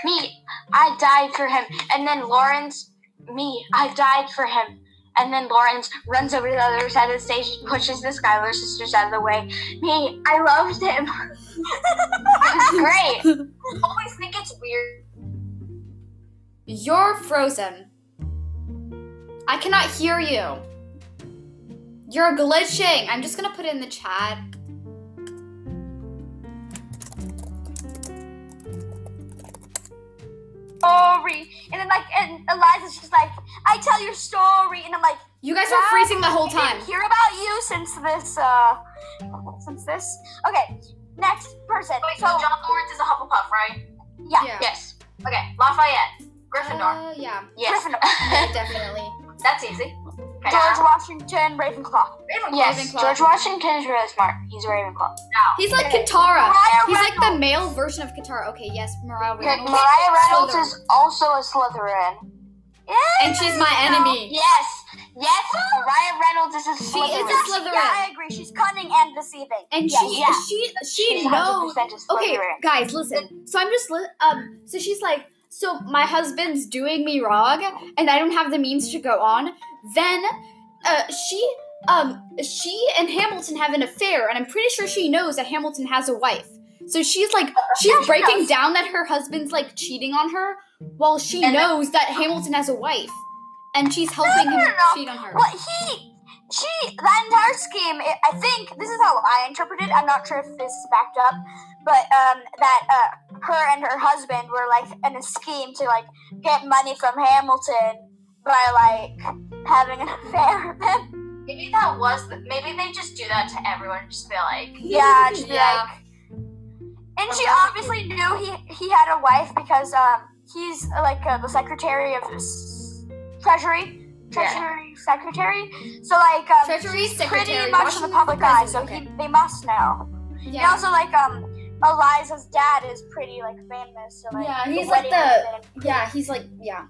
me, I died for him. And then Lawrence, me, I died for him. And then Lawrence runs over to the other side of the stage, pushes the Skylar sisters out of the way. Me, I loved him. it was great. I always think it's weird. You're frozen. I cannot hear you. You're glitching. I'm just gonna put it in the chat. Story, and then like, and Eliza's just like, I tell your story, and I'm like. You guys were freezing the whole I time. didn't hear about you since this, uh, since this. Okay, next person. Wait, so so, John Lawrence is a Hufflepuff, right? yeah. Yes, Okay, Lafayette, Gryffindor. Uh, yeah. yes. Yeah, definitely. That's easy. Okay. George Washington, Ravenclaw. yes, Ravenclaw. George Washington is really smart. He's a Ravenclaw. He's like Katara. Mariah He's like the male version of Katara. Okay, yes, Mariah Okay, Reynolds. Mariah Reynolds Slytherin. is also a Slytherin. And she's my enemy. Yes, yes. Mariah Reynolds is a She Slytherin. is a Slytherin. Yeah, I agree. She's cunning and deceiving. And Yes, she, yeah. she she She's knows 100% a Okay, Slytherin. guys, listen. So I'm just li- um. So she's like, so my husband's doing me wrong, and I don't have the means to go on. Then, uh, she um, she and Hamilton have an affair, and I'm pretty sure she knows that Hamilton has a wife. So she's like, she's Yeah, she breaking knows. down that her husband's like cheating on her, while she And- knows that Hamilton has a wife, and she's helping no, him no. cheat on her. What he, she, that entire scheme. i I think this is how I interpreted. I'm not sure if this is backed up, but um, that uh, her and her husband were like in a scheme to like get money from Hamilton by like having an affair with him. Maybe that was. The, maybe they just do that to everyone. and Just be like, Yeah, just be Yeah. like. And she obviously knew he he had a wife because um he's like uh, the secretary of s- treasury. Treasury secretary, so like um, Treasury secretary, pretty much in the Washington public eye, so president. he, they must know. Okay. And yeah, also, like, um, Eliza's dad is pretty, like, famous. So, like, Yeah, the he's like wedding the- and- yeah, he's like, yeah,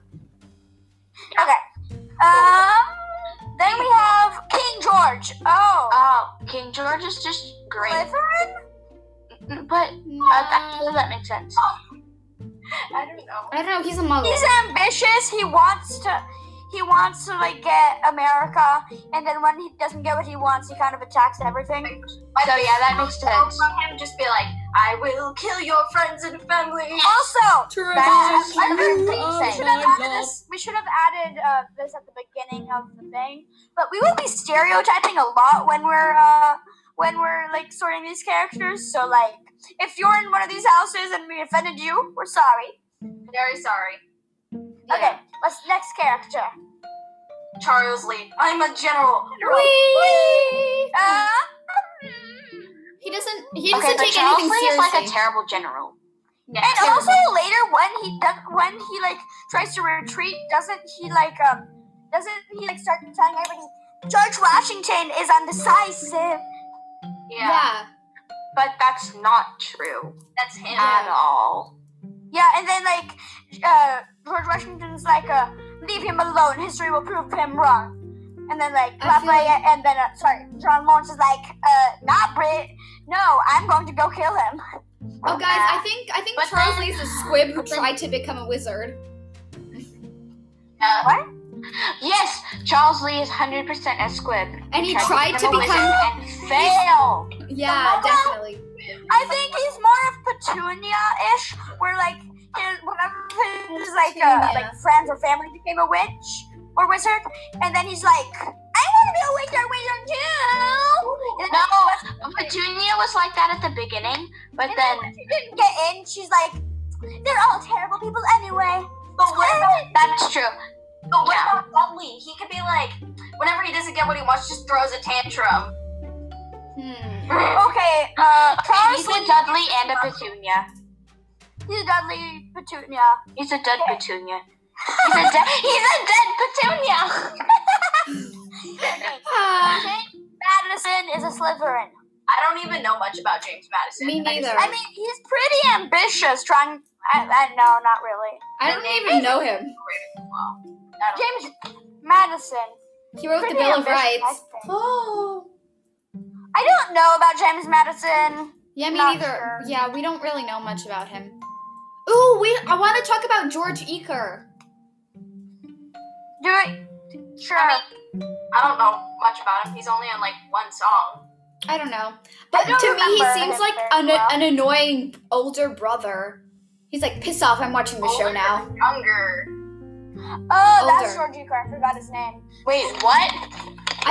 Um, then we have King George. Oh, oh, King George is just great. Slytherin? But I that makes sense. Oh. I don't know. don't know, he's a muggle. He's ambitious. He wants to. He wants to like get America, and then when he doesn't get what he wants, he kind of attacks everything. So yeah, that makes sense. From him, just be like, I will kill your friends and family. Also, True. That- I don't think Oh we should have added this. We should have added uh, this at the beginning of the thing, but we will be stereotyping a lot when we're uh, when we're like sorting these characters. So like, if you're in one of these houses and we offended you, we're sorry. Very sorry, Okay, let's next character. Charles Lee. I'm a general. Uh-huh. Whee! Uh, He doesn't. He Okay, doesn't but take Charles anything Lee is seriously. like a terrible general. Yeah. and also later when he does, when he like tries to retreat, doesn't he like um doesn't he like start telling everybody George Washington is undecisive? yeah. but that's not true That's him. at all. Yeah, and then like uh, George Washington's like, uh, leave him alone. History will prove him wrong. And then like I feel Lafayette, and then uh, sorry, John Lawrence is like, uh, not Brit. No, I'm going to go kill him. Oh, guys, I think I think But Charles then- Lee's a squib who but then- tried to become a wizard. What? Yes, Charles Lee is 100% a squib. And he tried to become a wizard become- and failed. Yeah, Muggle? definitely. I think he's more of Petunia-ish, where like his, one of his like uh, Petunia. like friends or family became a witch or wizard, and then he's like, I want to be a wizard, wizard too. And then No, Petunia was like that at the beginning, but And then then when she didn't get in, she's like, they're all terrible people anyway. But what about, that's true. but what Yeah. about Dudley? He could be like, whenever he doesn't get what he wants, just throws a tantrum. Hmm. Okay, uh, He's Charles a Dudley and a Petunia. he's a Dudley Petunia. He's a dead Petunia. He's a, de- he's a dead Petunia. Ah, Madison is a Slytherin. I don't even know much about James Madison. me I just- neither. I mean, he's pretty ambitious. Trying, I, I no, not really. I don't even know him. James Madison. He wrote the Pretty Bill of ambitious, I Rights. think. Oh. I don't know about James Madison. Yeah, me Not neither. sure. Yeah, we don't really know much about him. Ooh, we. I want to talk about George Eaker. Do it. Sure. I I don't know much about him. He's only on like one song. I don't know, but don't to me, he remember seems him like very an, well. an annoying older brother. He's like, piss off! I'm watching the show Older now. or Younger. oh, that's older. George Euchre. I forgot his name. Wait, what? I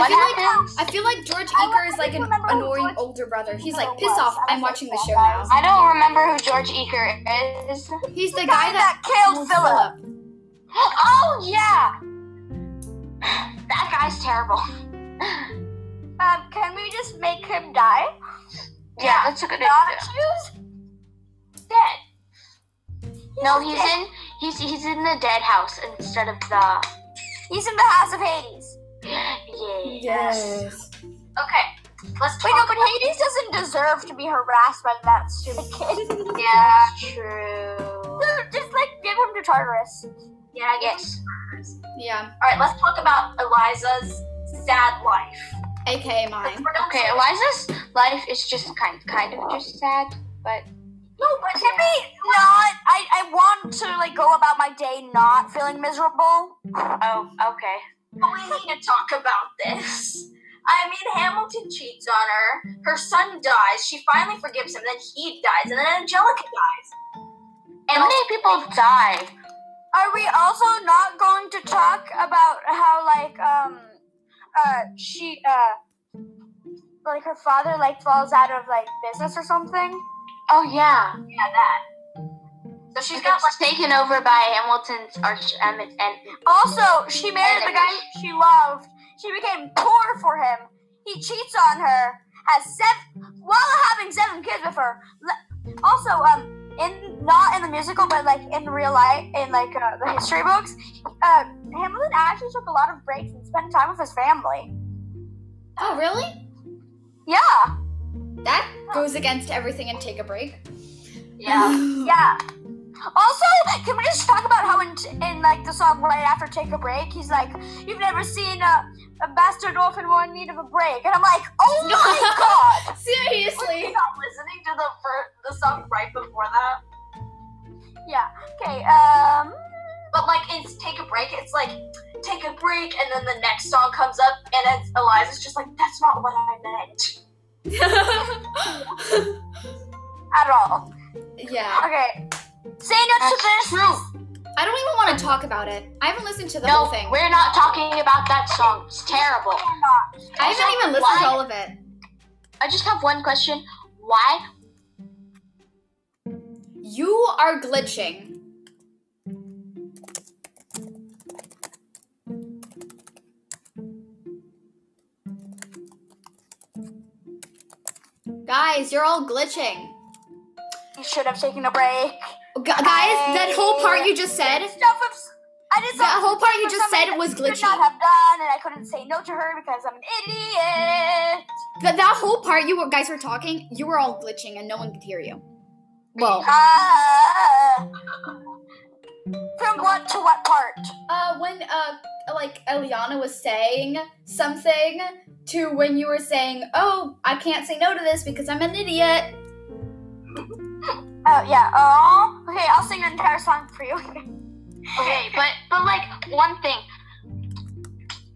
What feel like happened? I feel like George I Eaker is don't like an remember who annoying George older brother. He's Eaker like, piss was. off, I was I'm like watching the that show guy. now. I don't remember who George Eaker is. He's the The guy that killed Philip. Oh yeah, that guy's terrible. Um, can we just make him die? Yeah, that's a good Not idea. choose? Dead. No, He's he's dead. in he's he's in the dead house instead of the. He's in the House of Hades. Yeah. Yes. Okay, let's talk. Wait, no, but Hades doesn't deserve to be harassed by that stupid kid. yeah, True. Dude, just like give him to Tartarus. yeah, yes. Yes. Yeah. All right, let's talk about Eliza's sad life. AKA mine. We're not- Okay, Eliza's life is just kind kind of just sad, but No, but can we not? I, I want to like go about my day not feeling miserable. oh okay. We need to talk about this. I mean, Hamilton cheats on her. Her son dies. She finally forgives him. Then he dies, and then Angelica dies. And How many people die? Are we also not going to talk about how like um uh she uh like her father like falls out of like business or something? Oh yeah, Yeah, that. So she she's got gets taken over by Hamilton's arch and, and Also, she married the guy she loved. She became poor for him. He cheats on her. Has seven while having seven kids with her. Le- Also, um, in not in the musical, but like in real life, in like uh, the history books, uh, Hamilton actually took a lot of breaks and spent time with his family. Oh, really? Yeah, That goes against everything and take a break. yeah. yeah. Also, can we just talk about how in, in like the song right after "Take a Break," he's like, "You've never seen a, a bastard orphan more in need of a break," and I'm like, "Oh my god!" Seriously. not listening to the fir- the song right before that. Okay, um, But like, it's take a break. It's like take a break, and then the next song comes up, and it's Eliza's just like, that's not what I meant. at all. yeah. Okay. Say no to this. I don't even want to talk about it. I haven't listened to the No, whole thing. we're not talking about that song. It's terrible. or not. I haven't even listened why- to all of it. I just have one question. Why? You are glitching. Guys, you're all glitching. You should have taken a break. Gu- guys, that whole part you just said, Stuff of. I did that something whole part you for just said somebody that was I could not glitchy. have done, and I couldn't say no to her because I'm an idiot. That, that whole part you were- guys were talking, you were all glitching and no one could hear you. Well, Ah. From what to what part? uh, when uh, like Eliana was saying something to when you were saying, "Oh, I can't say no to this because I'm an idiot." Oh yeah. Oh. Okay, I'll sing an entire song for you. Okay, but but like one thing.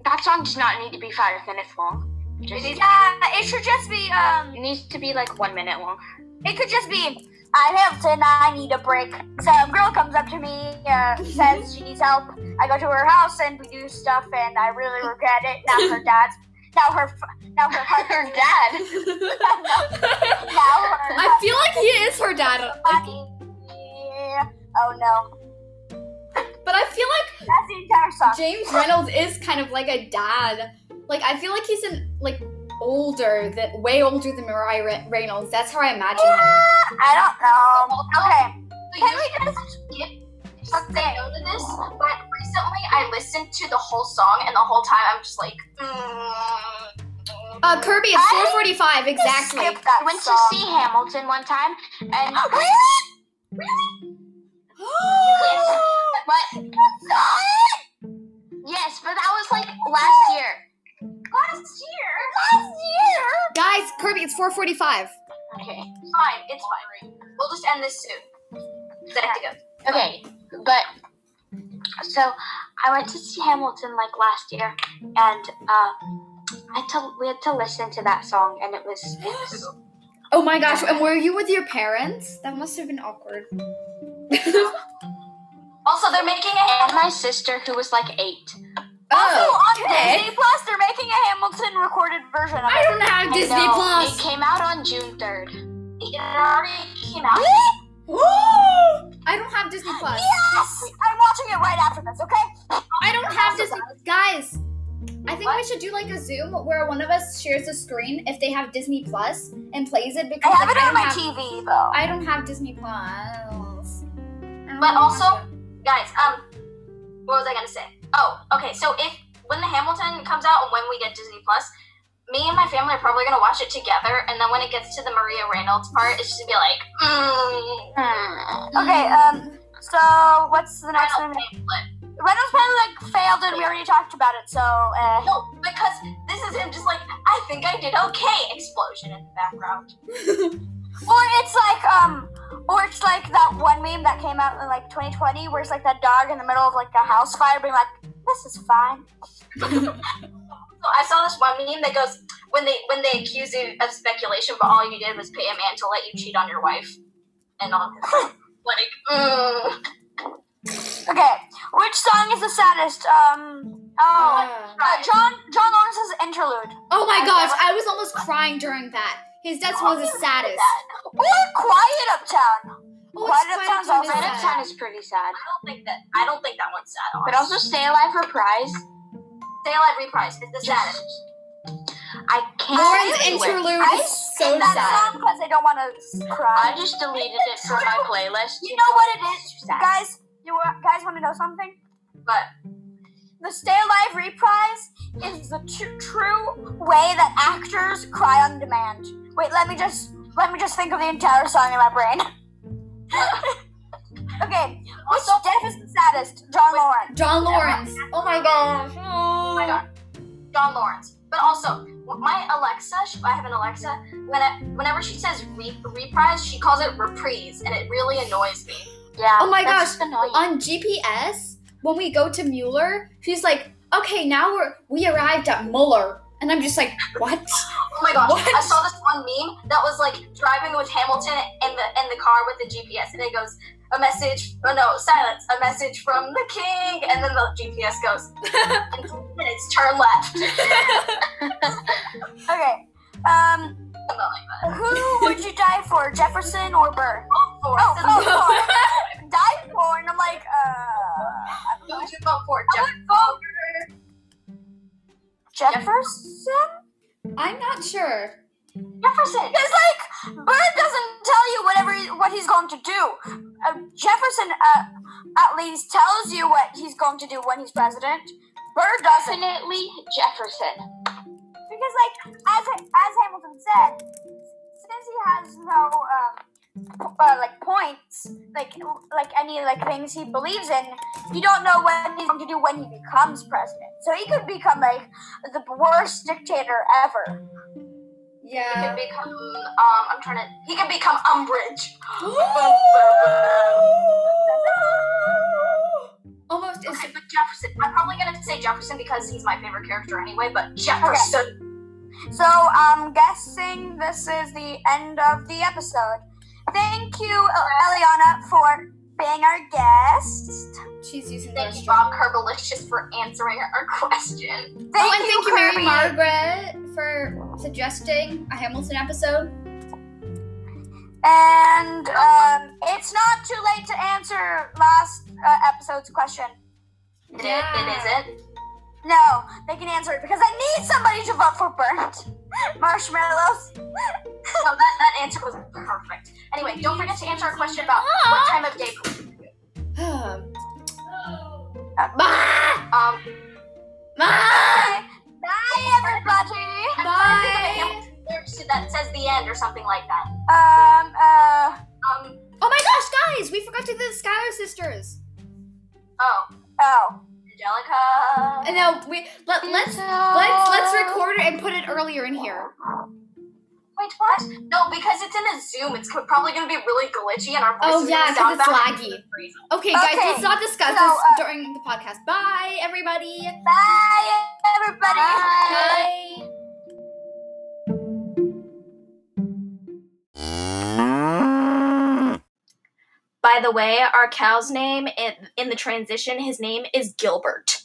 That song does not need to be five minutes long. Just, it, yeah. It should just be um. needs to be like one minute long. It could just be, I'm Hamilton, I need a break. Some girl comes up to me, uh, says she needs help. I go to her house and we do stuff, and I really regret it. Now her dad's, now her, f- now her husband, Her dad. I now her feel like he is her dad, like, husband. Yeah. Oh no, but I feel like that's the entire song. James Reynolds is kind of like a dad. Like I feel like he's an like older, that way older than Mariah Re- Reynolds. That's how I imagine him. I don't know. Okay, So can you we just? should say no to this. But recently, I listened to the whole song, and the whole time, I'm just like, mm. Uh, Kirby, it's four forty-five exactly. Skip that I went to song. see Hamilton one time, and but yes, but that was like last year. last year. Guys, Kirby, it's four forty-five. Okay, Fine, it's fine. We'll just end this soon. 'Cause I have to go. okay, but so I went to see Hamilton like last year, and uh, I to, we had to listen to that song, and it was, it was Oh my gosh! And were you with your parents? That must have been awkward. oh, Also, they're making a and my sister who was like eight. Oh, Also Oh, on Oh, okay. Disney Plus, they're making a Hamilton recorded version of I it. don't have I Disney know, It Plus. came out on June third. It already came out. I don't have Disney Plus. Yes, I'm watching it right after this. Okay. I don't have Disney. Guys, I think we should do like a Zoom where one of us shares a screen if they have Disney Plus and plays it I because have like, it don't on my have- TV though. I don't have Disney Plus. But also- Guys, um, what was I gonna say? Oh, okay. So if when the Hamilton comes out and when we get Disney Plus, me and my family are probably gonna watch it together, and then when it gets to the Maria Reynolds part, it's just gonna be like, mm, Okay, um, so what's the next one? Reynolds pamphlet. Reynolds probably like failed and we already talked about it, so uh, No, because this is him just like, I think I did okay. Explosion in the background. or it's like um or it's like that one meme that came out in like 2020 where it's like that dog in the middle of like a house fire being like, This is fine. I saw this one meme that goes when they when they accuse you of speculation, but all you did was pay a man to let you cheat on your wife, and all like mm. Okay, which song is the saddest? Um, oh, uh, John John Lawrence's interlude Oh my gosh, I was almost crying during that. His death was the saddest. or Quiet Uptown. Oh, Why did it's that Quiet Uptown sound so is Red sad? sad. Uptown is pretty sad. I don't think that I don't think that one's sad. But also Stay Alive Reprise. Stay Alive Reprise is the saddest. I can't. Lauren's do it. interlude I is so that sad. song because I don't want to I cry. just deleted it from my playlist. You know what it is, It's sad. guys? You wa- guys want to know something? But The Stay Alive reprise is the tr- true way that actors cry on demand. Wait, let me just let me just think of the entire song in my brain. okay, which death is the saddest? John Lawrence. John Lawrence. Oh my gosh. my Oh. God, John Lawrence. But also, my Alexa, she, I have an Alexa. When I- whenever she says re, reprise, she calls it reprise, and it really annoys me. Yeah. Oh my that's gosh. Annoying. On GPS, when we go to Mueller, she's like, "Okay, now we're we arrived at Mueller," and I'm just like, "What?" Oh my gosh! What? I saw this one meme that was like driving with Hamilton in the in the car with the GPS, and it goes a message. Oh no, silence! A message from the king, and then the GPS goes. in two minutes, turn left. Okay, um, Something like that. who would you die for, Jefferson or Burr? Vote for. Oh, This is- oh, sorry. die for, and I'm like, uh, Who would you vote for? I Jeff- would vote Jefferson. I'm not sure. Jefferson. Because like Bird doesn't tell you whatever he, what he's going to do. Uh, Jefferson uh, at least tells you what he's going to do when he's president. Bird doesn't Definitely Jefferson. because like as as Hamilton said, since he has no um, p- uh, like points, like like any like things he believes in, you don't know what he's going to do when he becomes president. So he could become like the worst dictator ever. He Yeah. could become. Um, I'm trying to. He could become Umbridge. Almost as Okay, but Jefferson. I'm probably gonna say Jefferson because he's my favorite character anyway. But Jefferson. So I'm guessing this is the end of the episode. Thank you, Eliana, for being our guest. she's using the Thank you, restaurant. Bob Kerbalicious, for answering our question. Thank oh, and thank you, Mary Kirby. Margaret, for suggesting a Hamilton episode. And um, it's not too late to answer last uh, episode's question. It is. Yeah. It isn't. No, they can answer it because I need somebody to vote for burnt marshmallows. No, that, that answer was perfect. Anyway, don't forget to answer our question about what time of day. Bye. Um, Bye. Bye, everybody. Bye. there's- that says the end or something like that. Um, uh, Um, Oh my gosh, guys, we forgot to do the Skylar sisters. oh, oh. Angelica. And now we let let's let's let's record it and put it earlier in here. Wait, what? No, because it's in a Zoom. It's co- probably going to be really glitchy, and our voices Oh are yeah, gonna sound because it's bad. laggy. Okay, guys, Okay, let's not discuss so, this uh, during the podcast. Bye, everybody. Bye, everybody. Bye. By the way, our cow's name in, in the transition, his name is Gilbert.